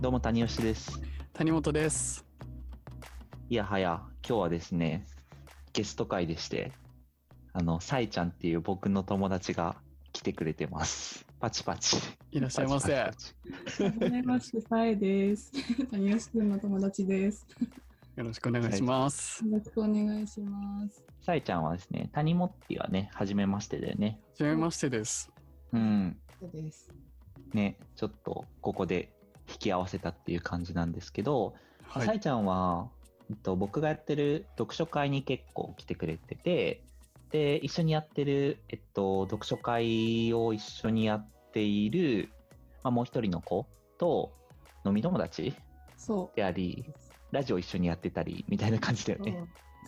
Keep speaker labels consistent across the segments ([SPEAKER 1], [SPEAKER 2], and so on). [SPEAKER 1] どうも谷吉です。
[SPEAKER 2] 谷本です。
[SPEAKER 1] いやはや、今日はですね、ゲスト会でして、あの、さいちゃんっていう僕の友達が来てくれてます。パチパチ。
[SPEAKER 2] いらっしゃいませ。
[SPEAKER 1] パ
[SPEAKER 2] よ
[SPEAKER 1] チパチ
[SPEAKER 3] はじめまして、さえです。谷吉くんの友達です。
[SPEAKER 2] ろしくお願いします。
[SPEAKER 3] よろしくお願いします。
[SPEAKER 1] パチさいちゃんはですね、谷本っていうはね、初めましてだよね。
[SPEAKER 2] はじめましてです。
[SPEAKER 1] うん。
[SPEAKER 3] そうです。
[SPEAKER 1] ね、ちょっとここで引き合わせたっていう感じなんですけど、
[SPEAKER 2] は
[SPEAKER 1] さ
[SPEAKER 2] い。
[SPEAKER 1] いちゃんは、えっと、僕がやってる読書会に結構来てくれてて、で、一緒にやってる、えっと、読書会を一緒にやっている、まあ、もう一人の子と、飲み友達
[SPEAKER 3] そ
[SPEAKER 1] であり、ラジオ一緒にやってたり、みたいな感じだよ
[SPEAKER 3] う。
[SPEAKER 1] ね。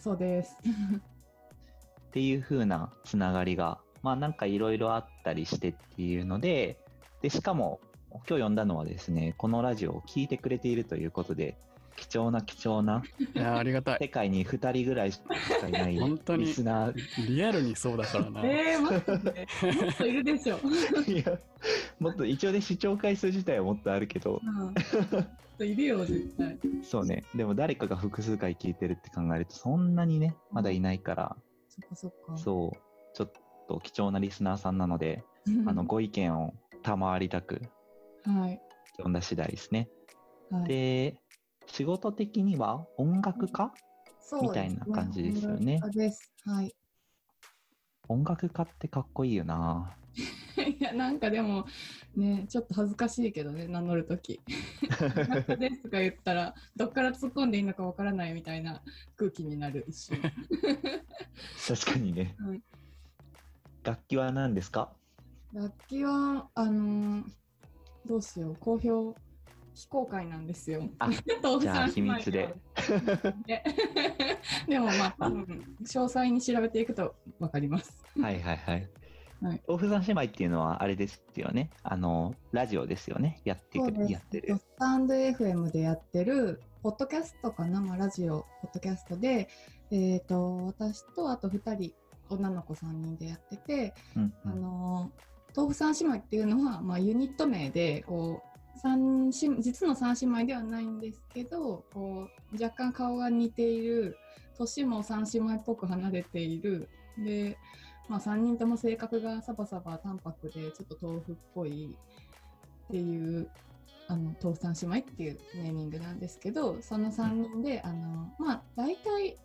[SPEAKER 3] そうです。
[SPEAKER 1] っていう風なつながりが、まあなんかいろいろあったりしてっていうので、で、しかも今日呼んだのはですね、このラジオを聞いてくれているということで、貴重な貴重ない
[SPEAKER 2] やー、ありがたい。
[SPEAKER 1] 世界に2人ぐらいしかいない
[SPEAKER 2] 本当に
[SPEAKER 1] リスナー
[SPEAKER 2] リアルにそうだからな。
[SPEAKER 3] えー、待って、もっといるでしょ。
[SPEAKER 1] いやもっと一応ね視聴回数自体はもっとあるけど
[SPEAKER 3] うん、もっといるよ、絶対。
[SPEAKER 1] そうねでも誰かが複数回聞いてるって考えるとそんなにねまだいないから
[SPEAKER 3] そっかそっか。
[SPEAKER 1] そうちょっと貴重なリスナーさんなのであの、ご意見を賜りたく
[SPEAKER 3] はい。
[SPEAKER 1] 呼んだ次第ですね
[SPEAKER 3] はい、
[SPEAKER 1] で仕事的には音楽家
[SPEAKER 3] そうです
[SPEAKER 1] み
[SPEAKER 3] ね
[SPEAKER 1] たいな感じですよね
[SPEAKER 3] そうです。はい。
[SPEAKER 1] 音楽家ってかっこいいよない
[SPEAKER 3] や、なんかでも、ね、ちょっと恥ずかしいけどね、名乗るとき。なんかですとか言ったら、どっから突っ込んでいいのかわからないみたいな空気になる一瞬。
[SPEAKER 1] 確かにね
[SPEAKER 3] はい
[SPEAKER 1] 楽器は何ですか
[SPEAKER 3] 楽器はあのーどうしよう公表非公開なんですよ。
[SPEAKER 1] あ
[SPEAKER 3] 倒
[SPEAKER 1] じゃあ
[SPEAKER 3] 産し
[SPEAKER 1] 秘
[SPEAKER 3] ない
[SPEAKER 1] 密で。
[SPEAKER 3] で でもまあ多分詳細に調べていくとわかります。
[SPEAKER 1] はいはいはい。
[SPEAKER 3] はい
[SPEAKER 1] オフさん姉妹っていうのはあれですよね。あの、ラジオですよね。やって
[SPEAKER 3] そ
[SPEAKER 1] く
[SPEAKER 3] うです
[SPEAKER 1] やってる。
[SPEAKER 3] スタンド FM でやってるポッドキャストかな、まあ、ラジオポッドキャストで、えー、と私とあと2人女の子3人でやってて、
[SPEAKER 1] うんう
[SPEAKER 3] あ
[SPEAKER 1] ん、
[SPEAKER 3] の豆腐三姉妹っていうのは、まあ、ユニット名でこう三姉実の三姉妹ではないんですけどこう若干顔が似ている年も三姉妹っぽく離れているで、まあ、3人とも性格がサバサバ淡白でちょっと豆腐っぽいっていう。あの豆腐三姉妹っていうネーミングなんですけどその3人で、あのまあ大体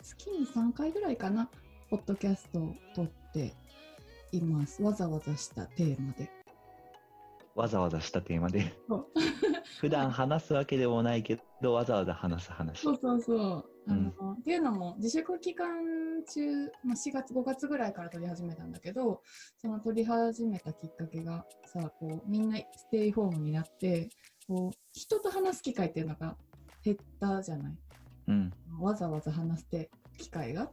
[SPEAKER 3] 月に3回ぐらいかなポッドキャストを撮っています。わざわざしたテーマで。
[SPEAKER 1] わざわざしたテーマで
[SPEAKER 3] そう。
[SPEAKER 1] 普段話すわけでもないけど、わざわざ話す話。
[SPEAKER 3] そうそうそう。
[SPEAKER 1] う
[SPEAKER 3] あ
[SPEAKER 1] ん
[SPEAKER 3] のっていうのも自粛期間中、まあ、4月5月ぐらいから撮り始めたんだけどその撮り始めたきっかけがさこうみんなステイホームになってこう人と話す機会っていうのが減ったじゃない。
[SPEAKER 1] うん。
[SPEAKER 3] わざわざ話して機会が。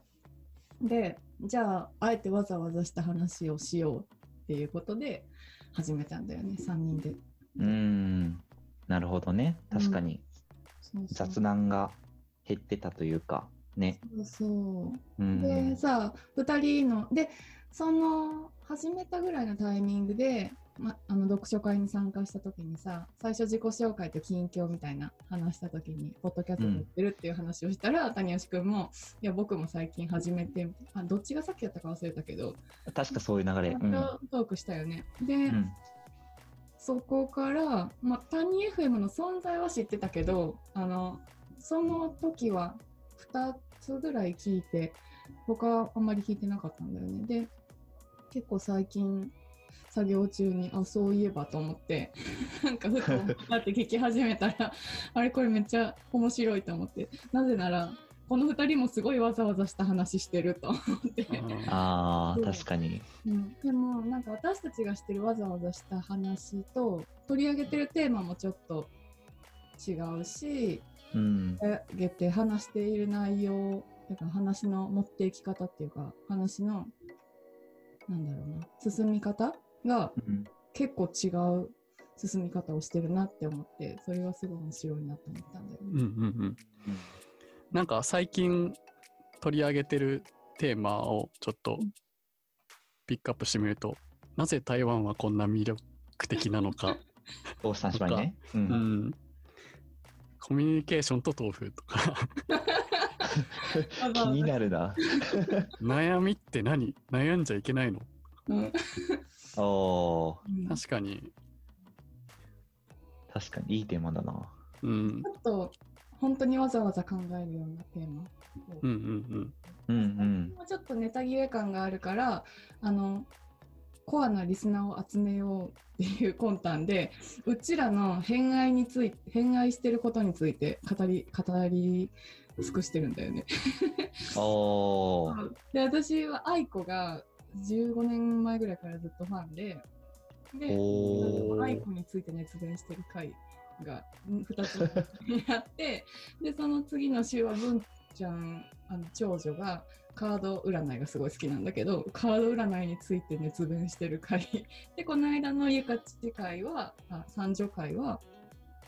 [SPEAKER 3] でじゃああえてわざわざした話をしようっていうことで始めたんだよね3人で。
[SPEAKER 1] うーん。なるほどね。確かに
[SPEAKER 3] そうそう
[SPEAKER 1] 雑談が減ってたというか、ね。
[SPEAKER 3] そうそ
[SPEAKER 1] う
[SPEAKER 3] う
[SPEAKER 1] ん。
[SPEAKER 3] でさ2人のでその始めたぐらいのタイミングで、ま、あの読書会に参加した時にさ最初自己紹介と近況みたいな話した時にポッドキャストやってるっていう話をしたら、谷吉くんも「いや僕も最近始めてあ」どっちがさっきやったか忘れたけど、
[SPEAKER 1] 確かそういう流れ。うん。
[SPEAKER 3] トークしたよね。で、
[SPEAKER 1] うん
[SPEAKER 3] そこから、まあ、タニ FM の存在は知ってたけどあのその時は2つぐらい聞いて他はあんまり聞いてなかったんだよねで結構最近作業中にあそういえばと思って なんかふと思ったって聞き始めたら あれこれめっちゃ面白いと思ってなぜならこの2人もすごいわざわざした話してると思って。
[SPEAKER 1] あ
[SPEAKER 2] あ
[SPEAKER 1] あ、
[SPEAKER 3] そう
[SPEAKER 1] 確かに。
[SPEAKER 3] うん、でもなんか私たちがしてるわざわざした話と取り上げてるテーマもちょっと違うし
[SPEAKER 1] うん。
[SPEAKER 3] 取り上げて話している内容だから話の持っていき方っていうか話のなんだろうな進み方が
[SPEAKER 1] うん
[SPEAKER 3] 結構違う進み方をしてるなって思ってそれはすごい面白いなと思ったんだよ
[SPEAKER 2] うんうんう
[SPEAKER 3] ね。
[SPEAKER 2] ん。なんか最近取り上げてるテーマをちょっとピックアップしてみると、なぜ台湾はこんな魅力的なのか、
[SPEAKER 1] 大下姉妹ね。う。
[SPEAKER 2] うんん、コミュニケーションと豆腐とか
[SPEAKER 3] わざ
[SPEAKER 1] 気
[SPEAKER 3] わ
[SPEAKER 1] に
[SPEAKER 3] ざ
[SPEAKER 1] なるな。
[SPEAKER 2] 悩みって何悩んじゃいけないの
[SPEAKER 3] うん
[SPEAKER 1] おお
[SPEAKER 3] うんち
[SPEAKER 2] 確かに
[SPEAKER 1] ー、確かにいいテーマだな。
[SPEAKER 2] うん
[SPEAKER 3] ょっと本当にわざわざ考えるようなテーマ。
[SPEAKER 2] うんうん
[SPEAKER 1] うんうん。
[SPEAKER 3] もうちょっとネタ切れ感があるからあのコアなリスナーを集めようっていう魂胆でうちらの偏愛について偏愛してることについて語り語り尽くしてるんだよね。
[SPEAKER 1] おー、
[SPEAKER 3] で私は愛子が15年前ぐらいからずっとファンでで
[SPEAKER 1] おー
[SPEAKER 3] 愛子について熱弁してる回が2つやってでその次の週は文ちゃんあの長女がカード占いがすごい好きなんだけどカード占いについて熱弁してる回でこの間のゆかち会はあ三女会は、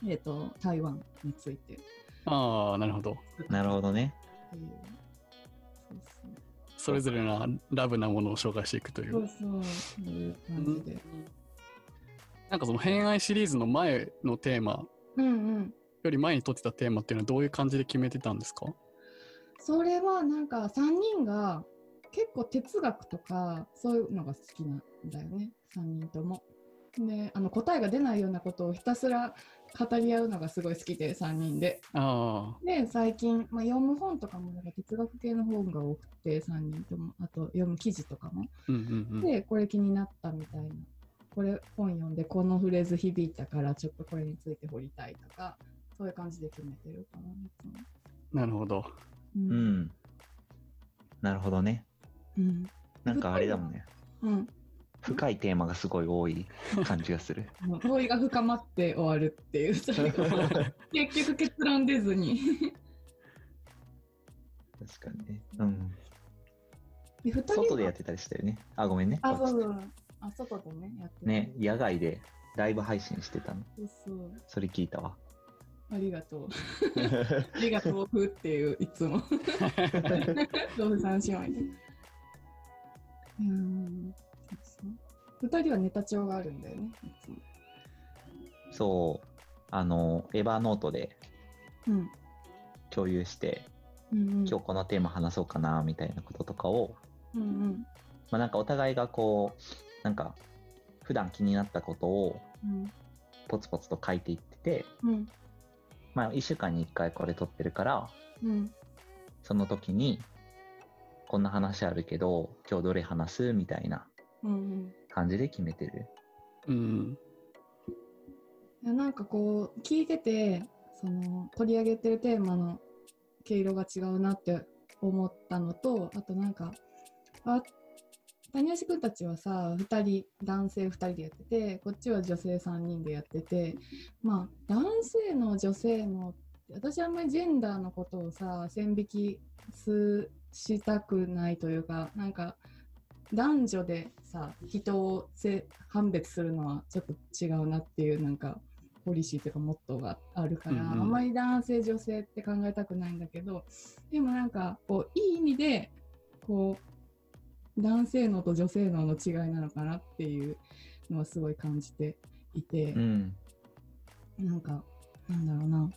[SPEAKER 3] えー、と台湾について
[SPEAKER 2] ああなるほど
[SPEAKER 1] なるほどね。
[SPEAKER 3] っていうそうですね
[SPEAKER 2] それぞれがラブなものを紹介していくとい
[SPEAKER 3] そう
[SPEAKER 2] う
[SPEAKER 3] そう、そういう感じで。
[SPEAKER 2] なんかその偏愛シリーズの前のテーマ
[SPEAKER 3] うんうん。
[SPEAKER 2] より前に撮ってたテーマっていうのはどういう感じで決めてたんですか
[SPEAKER 3] それはなんか3人が結構哲学とかそういうのが好きなんだよね、3人とも。で、あの答えが出ないようなことをひたすら語り合うのがすごい好きで、3人で。
[SPEAKER 2] ああ
[SPEAKER 3] で、最近、まあ、読む本とかもなんか哲学系の本が多くて、3人とも。あと読む記事とかも。
[SPEAKER 2] うんうんうん
[SPEAKER 3] で、これ気になったみたいな。これ本読んで、このフレーズ響いたから、ちょっとこれについて掘りたいとか、そういう感じで決めてるかな。いつも
[SPEAKER 2] なるほど
[SPEAKER 3] うん
[SPEAKER 1] うん。なるほどね。
[SPEAKER 3] うん。
[SPEAKER 1] なんかあれだもんね。
[SPEAKER 3] うん。
[SPEAKER 1] 深いテーマがすごい多い感じがす る。
[SPEAKER 3] もう合意が深まって終わるっていう、それが結局結論出ずに。
[SPEAKER 1] 確かにね。うん。
[SPEAKER 3] で二人は
[SPEAKER 1] 外でやってたりしたよね。あ、ごめんね。
[SPEAKER 3] あ、そうそう。あ、外でね、やってた
[SPEAKER 1] ね、野外でライブ配信してたの。
[SPEAKER 3] そうそう。
[SPEAKER 1] それ聞いた わ。
[SPEAKER 3] ありがとう。ありがとうっていう、いつも。どう三姉妹で。うーん。そうそう二人はネタ帳があるんだよね、いつも。
[SPEAKER 1] そう。あの、エヴァノートで
[SPEAKER 3] うん。
[SPEAKER 1] 共有して、
[SPEAKER 3] うんうん、
[SPEAKER 1] 今日このテーマ話そうかな、みたいなこととかを、
[SPEAKER 3] うんうん
[SPEAKER 1] まあなんかお互いがこう、なんか、普段気になったことを
[SPEAKER 3] うん
[SPEAKER 1] ポツポツと書いていってて、
[SPEAKER 3] うん
[SPEAKER 1] まあ1週間に1回これ撮ってるから、
[SPEAKER 3] うん
[SPEAKER 1] その時に、こんな話あるけど、今日どれ話すみたいな
[SPEAKER 3] うん
[SPEAKER 1] 感じで決めてる。
[SPEAKER 2] うん
[SPEAKER 3] いやなんかこう聞いててその取り上げてるテーマの毛色が違うなって思ったのとあとなんかあ谷橋君たちはさ2人男性2人でやっててこっちは女性3人でやっててまあ男性の女性の私あんまりジェンダーのことをさ線引きすしたくないというかなんか男女でさ人をせ判別するのはちょっと違うなっていうなんかポリシーというかモットーがあるから、
[SPEAKER 2] うんうん
[SPEAKER 3] あんまり男性女性って考えたくないんだけどでもなんかこういい意味でこう男性能と女性能の違いなのかなっていうのはすごい感じていて。
[SPEAKER 1] うん。
[SPEAKER 3] なんか、なんだろうな、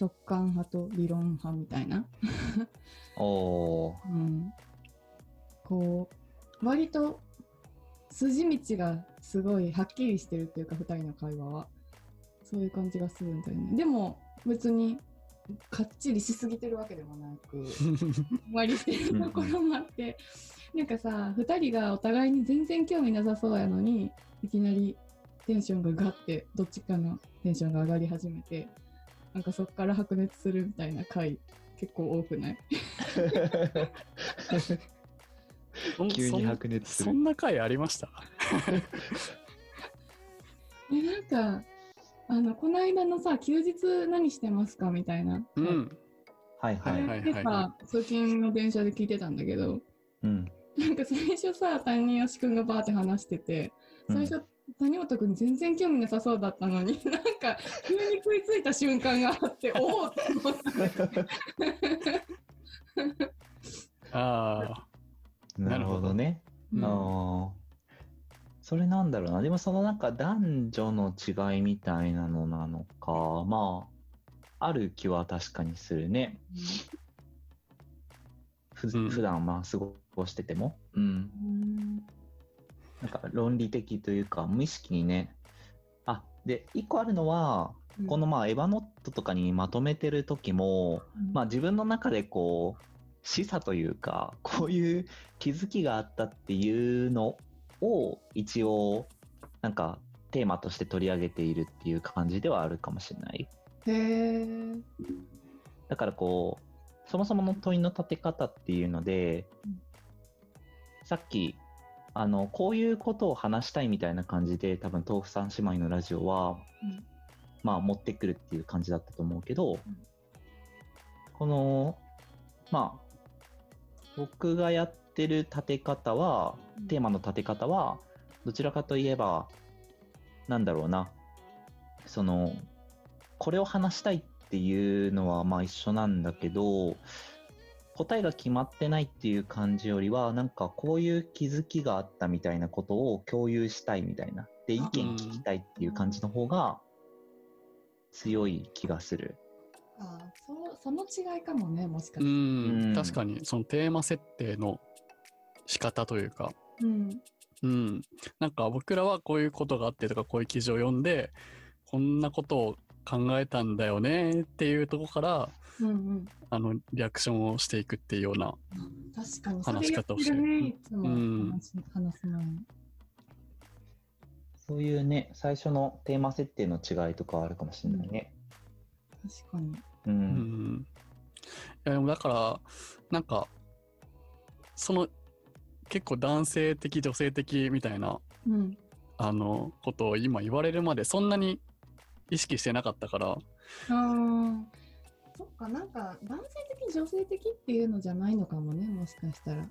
[SPEAKER 3] 直感派と理論派みたいな、
[SPEAKER 1] おー。
[SPEAKER 3] うん、こう、割と筋道がすごいはっきりしてるっていうか、2人の会話は、そういう感じがするんだよね。でも、別に、かっちりしすぎてるわけでもなく。割りしてるところもあって、なんかさ2人がお互いに全然興味なさそうやのにいきなりテンションがガッてどっちかのテンションが上がり始めてなんかそっから白熱するみたいな回結構多くない
[SPEAKER 2] そん
[SPEAKER 1] 急に白熱す
[SPEAKER 2] そんそ
[SPEAKER 1] る。
[SPEAKER 2] んな回ありました
[SPEAKER 3] えなんかあのこの間のさ休日何してますかみたいな、
[SPEAKER 2] うん
[SPEAKER 1] はい
[SPEAKER 3] あ
[SPEAKER 1] は
[SPEAKER 3] れ
[SPEAKER 1] い。
[SPEAKER 2] はい
[SPEAKER 3] ってさ通勤の電車で聞いてたんだけど
[SPEAKER 1] うん。
[SPEAKER 3] なんか最初さ谷吉くんがバーって話してて最初、谷本君全然興味なさそうだったのに なんか急に食いついた瞬間があ っておおって思ったんだけど
[SPEAKER 2] ああ
[SPEAKER 1] うんなるほどね。
[SPEAKER 2] う
[SPEAKER 1] あ
[SPEAKER 2] ん
[SPEAKER 1] ーそれなんだろうな。でもそのなんか男女の違いみたいなのなのか、まあ、ある気は確かにするね。ふ
[SPEAKER 2] うん
[SPEAKER 1] 普段まあ過ごしてても。うん。
[SPEAKER 3] うん
[SPEAKER 1] なんか論理的というか、無意識にね。あ、で、一個あるのは、
[SPEAKER 3] うん
[SPEAKER 1] このまあエヴァノットとかにまとめてる時も、まあ自分の中でこう、示唆というか、こういう気づきがあったっていうのを一応、なんかテーマとして取り上げているっていう感じではあるかもしれない。
[SPEAKER 3] へえ。
[SPEAKER 1] だからこう、そもそもの問いの立て方っていうので
[SPEAKER 3] うん、
[SPEAKER 1] さっき、あの、こういうことを話したいみたいな感じで、多分、豆腐三姉妹のラジオは、
[SPEAKER 3] うん
[SPEAKER 1] まあ、持ってくるっていう感じだったと思うけど、
[SPEAKER 3] ん
[SPEAKER 1] この、まあ、僕がやってる立て方は、
[SPEAKER 3] うん
[SPEAKER 1] テーマの立て方は、どちらかといえば、なんだろうな、その、これを話したいっていうのはまあ一緒なんだけど、答えが決まってないっていう感じよりは、なんかこういう気づきがあったみたいなことを共有したいみたいな。で、意見聞きたいっていう感じの方が強い気がする。
[SPEAKER 3] あーそその違いかもね、もしか
[SPEAKER 2] う
[SPEAKER 3] し
[SPEAKER 2] ん、
[SPEAKER 1] うん
[SPEAKER 2] 確かにそのテーマ設定の仕方というか、
[SPEAKER 3] て。うん。
[SPEAKER 2] うん、なんか僕らはこういうことがあってとかこういう記事を読んでこんなことを考えたんだよねっていうとこから
[SPEAKER 3] うんうん。
[SPEAKER 2] あのリアクションをしていくっていうような
[SPEAKER 3] 確かに、そ
[SPEAKER 2] 話
[SPEAKER 3] れ
[SPEAKER 2] し
[SPEAKER 3] やって
[SPEAKER 2] 方をして
[SPEAKER 3] る
[SPEAKER 2] る
[SPEAKER 3] ね、いつも
[SPEAKER 2] うん
[SPEAKER 3] 話す話す前に。
[SPEAKER 1] そういうね、最初のテーマ設定の違いとかはあるかもしれないね。
[SPEAKER 3] 確か
[SPEAKER 1] う。
[SPEAKER 3] に。
[SPEAKER 2] うんん。いやでもだから、なんか、その、結構男性的、女性的みたいな、
[SPEAKER 3] うん。
[SPEAKER 2] あの、ことを今言われるまでそんなに意識してなかったから、
[SPEAKER 3] ああ。そっか、なんか、男性的、女性的っていうのじゃないのかもね、もしかしたら。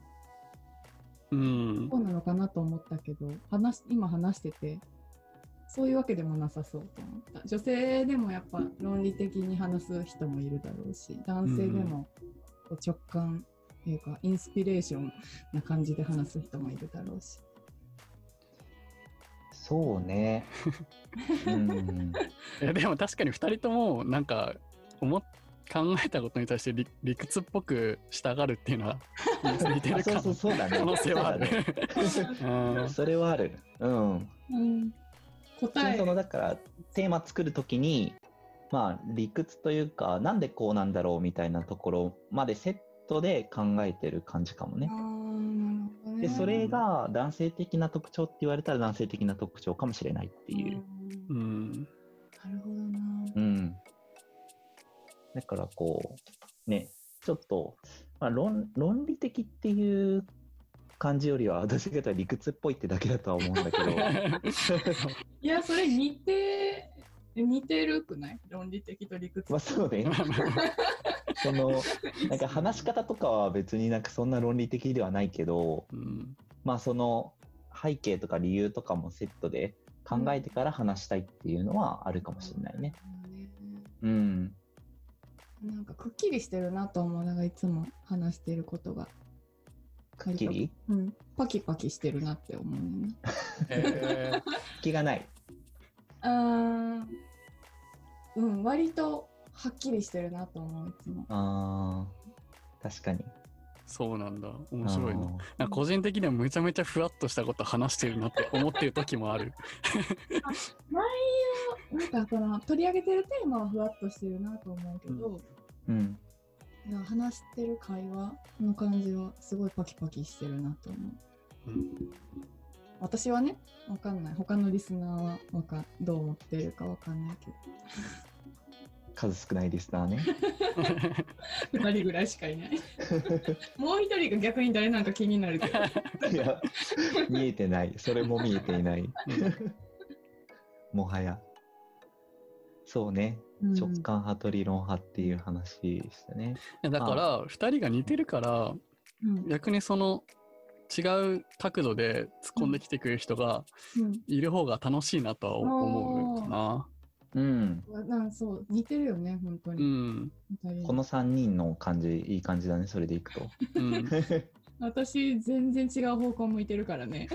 [SPEAKER 2] うん。
[SPEAKER 3] そうなのかなと思ったけど、話し今話してて、そういうわけでもなさそうと思った。女性でもやっぱ論理的に話す人もいるだろうし、男性でもこう直感っていうか、インスピレーションな感じで話す人もいるだろうし。
[SPEAKER 1] そうね。うん。
[SPEAKER 2] いやでも確かに2人とも、なんか、思っ考えたことに対して理理屈っぽく従るっていうのは似てる
[SPEAKER 1] あ
[SPEAKER 2] か
[SPEAKER 1] そうそうそうだね。
[SPEAKER 2] 可能性はある
[SPEAKER 1] そうだね。
[SPEAKER 2] うん
[SPEAKER 1] それはある。うん。
[SPEAKER 3] うん、
[SPEAKER 1] 普
[SPEAKER 3] 答
[SPEAKER 1] 通
[SPEAKER 3] え
[SPEAKER 1] そのだからテーマ作るときにまあ理屈というかなんでこうなんだろうみたいなところまでセットで考えてる感じかもね
[SPEAKER 3] あー。なるほど
[SPEAKER 1] で
[SPEAKER 3] ね
[SPEAKER 1] それが男性的な特徴って言われたら男性的な特徴かもしれないっていう。
[SPEAKER 2] う
[SPEAKER 3] う
[SPEAKER 2] ん。
[SPEAKER 3] んなるほどな。
[SPEAKER 1] うん。だからこうねちょっと、まあ、論論理的っていう感じよりは私が理屈っぽいってだけだとは思うんだけど
[SPEAKER 3] いや、それ似て、似てるくない論理的と理屈。
[SPEAKER 1] まあそうねそのなんか話し方とかは別になんかそんな論理的ではないけど、
[SPEAKER 2] うん
[SPEAKER 1] まあその背景とか理由とかもセットで考えてから話したいっていうのはあるかもしれないね。うん。
[SPEAKER 3] なんかくっきりしてるなと思う。なんかいつも話してることが。
[SPEAKER 1] くっきり
[SPEAKER 3] うん。パキパキしてるなって思うね。
[SPEAKER 2] え
[SPEAKER 1] 隙がない。
[SPEAKER 3] うーん。うん、割とはっきりしてるなと思う、いつも。
[SPEAKER 1] あー確かに。
[SPEAKER 2] ーそうなんだ。面白いな。
[SPEAKER 1] あ
[SPEAKER 2] なんか個人的にはめちゃめちゃふわっとしたこと話してるなって思ってる時もある。
[SPEAKER 3] なんかその取り上げてるテーマはふわっとしてるなと思うけど、
[SPEAKER 1] ーうん。
[SPEAKER 3] いや話してる会話の感じはすごいパキパキしてるなと思
[SPEAKER 2] う
[SPEAKER 3] う。
[SPEAKER 2] ん
[SPEAKER 3] 私はね、わかんない。他のリスナーはわかんどう思ってるかわかんないけど。
[SPEAKER 1] 数少ないリスナーね。
[SPEAKER 3] 2人ぐらいしかいないもう1人が逆に誰なんか気にな るけど
[SPEAKER 1] いや、見えてない。それも見えていない。もはや。そうね。
[SPEAKER 3] うん
[SPEAKER 1] 直感派と理論派っていう話でしたね。
[SPEAKER 2] だから2人が似てるから
[SPEAKER 3] うん
[SPEAKER 2] 逆にその違う角度で突っ込んできてくれる人が
[SPEAKER 3] う
[SPEAKER 2] いる方が楽しいなとは思うかな。
[SPEAKER 1] うん。
[SPEAKER 3] んなんそう似てるよね本当
[SPEAKER 2] う
[SPEAKER 3] に、
[SPEAKER 2] ん。
[SPEAKER 3] 二人
[SPEAKER 1] この3人の感じ、いい感じだね、それでいくと。
[SPEAKER 2] うん、
[SPEAKER 3] 私全然違う方向向いてるからね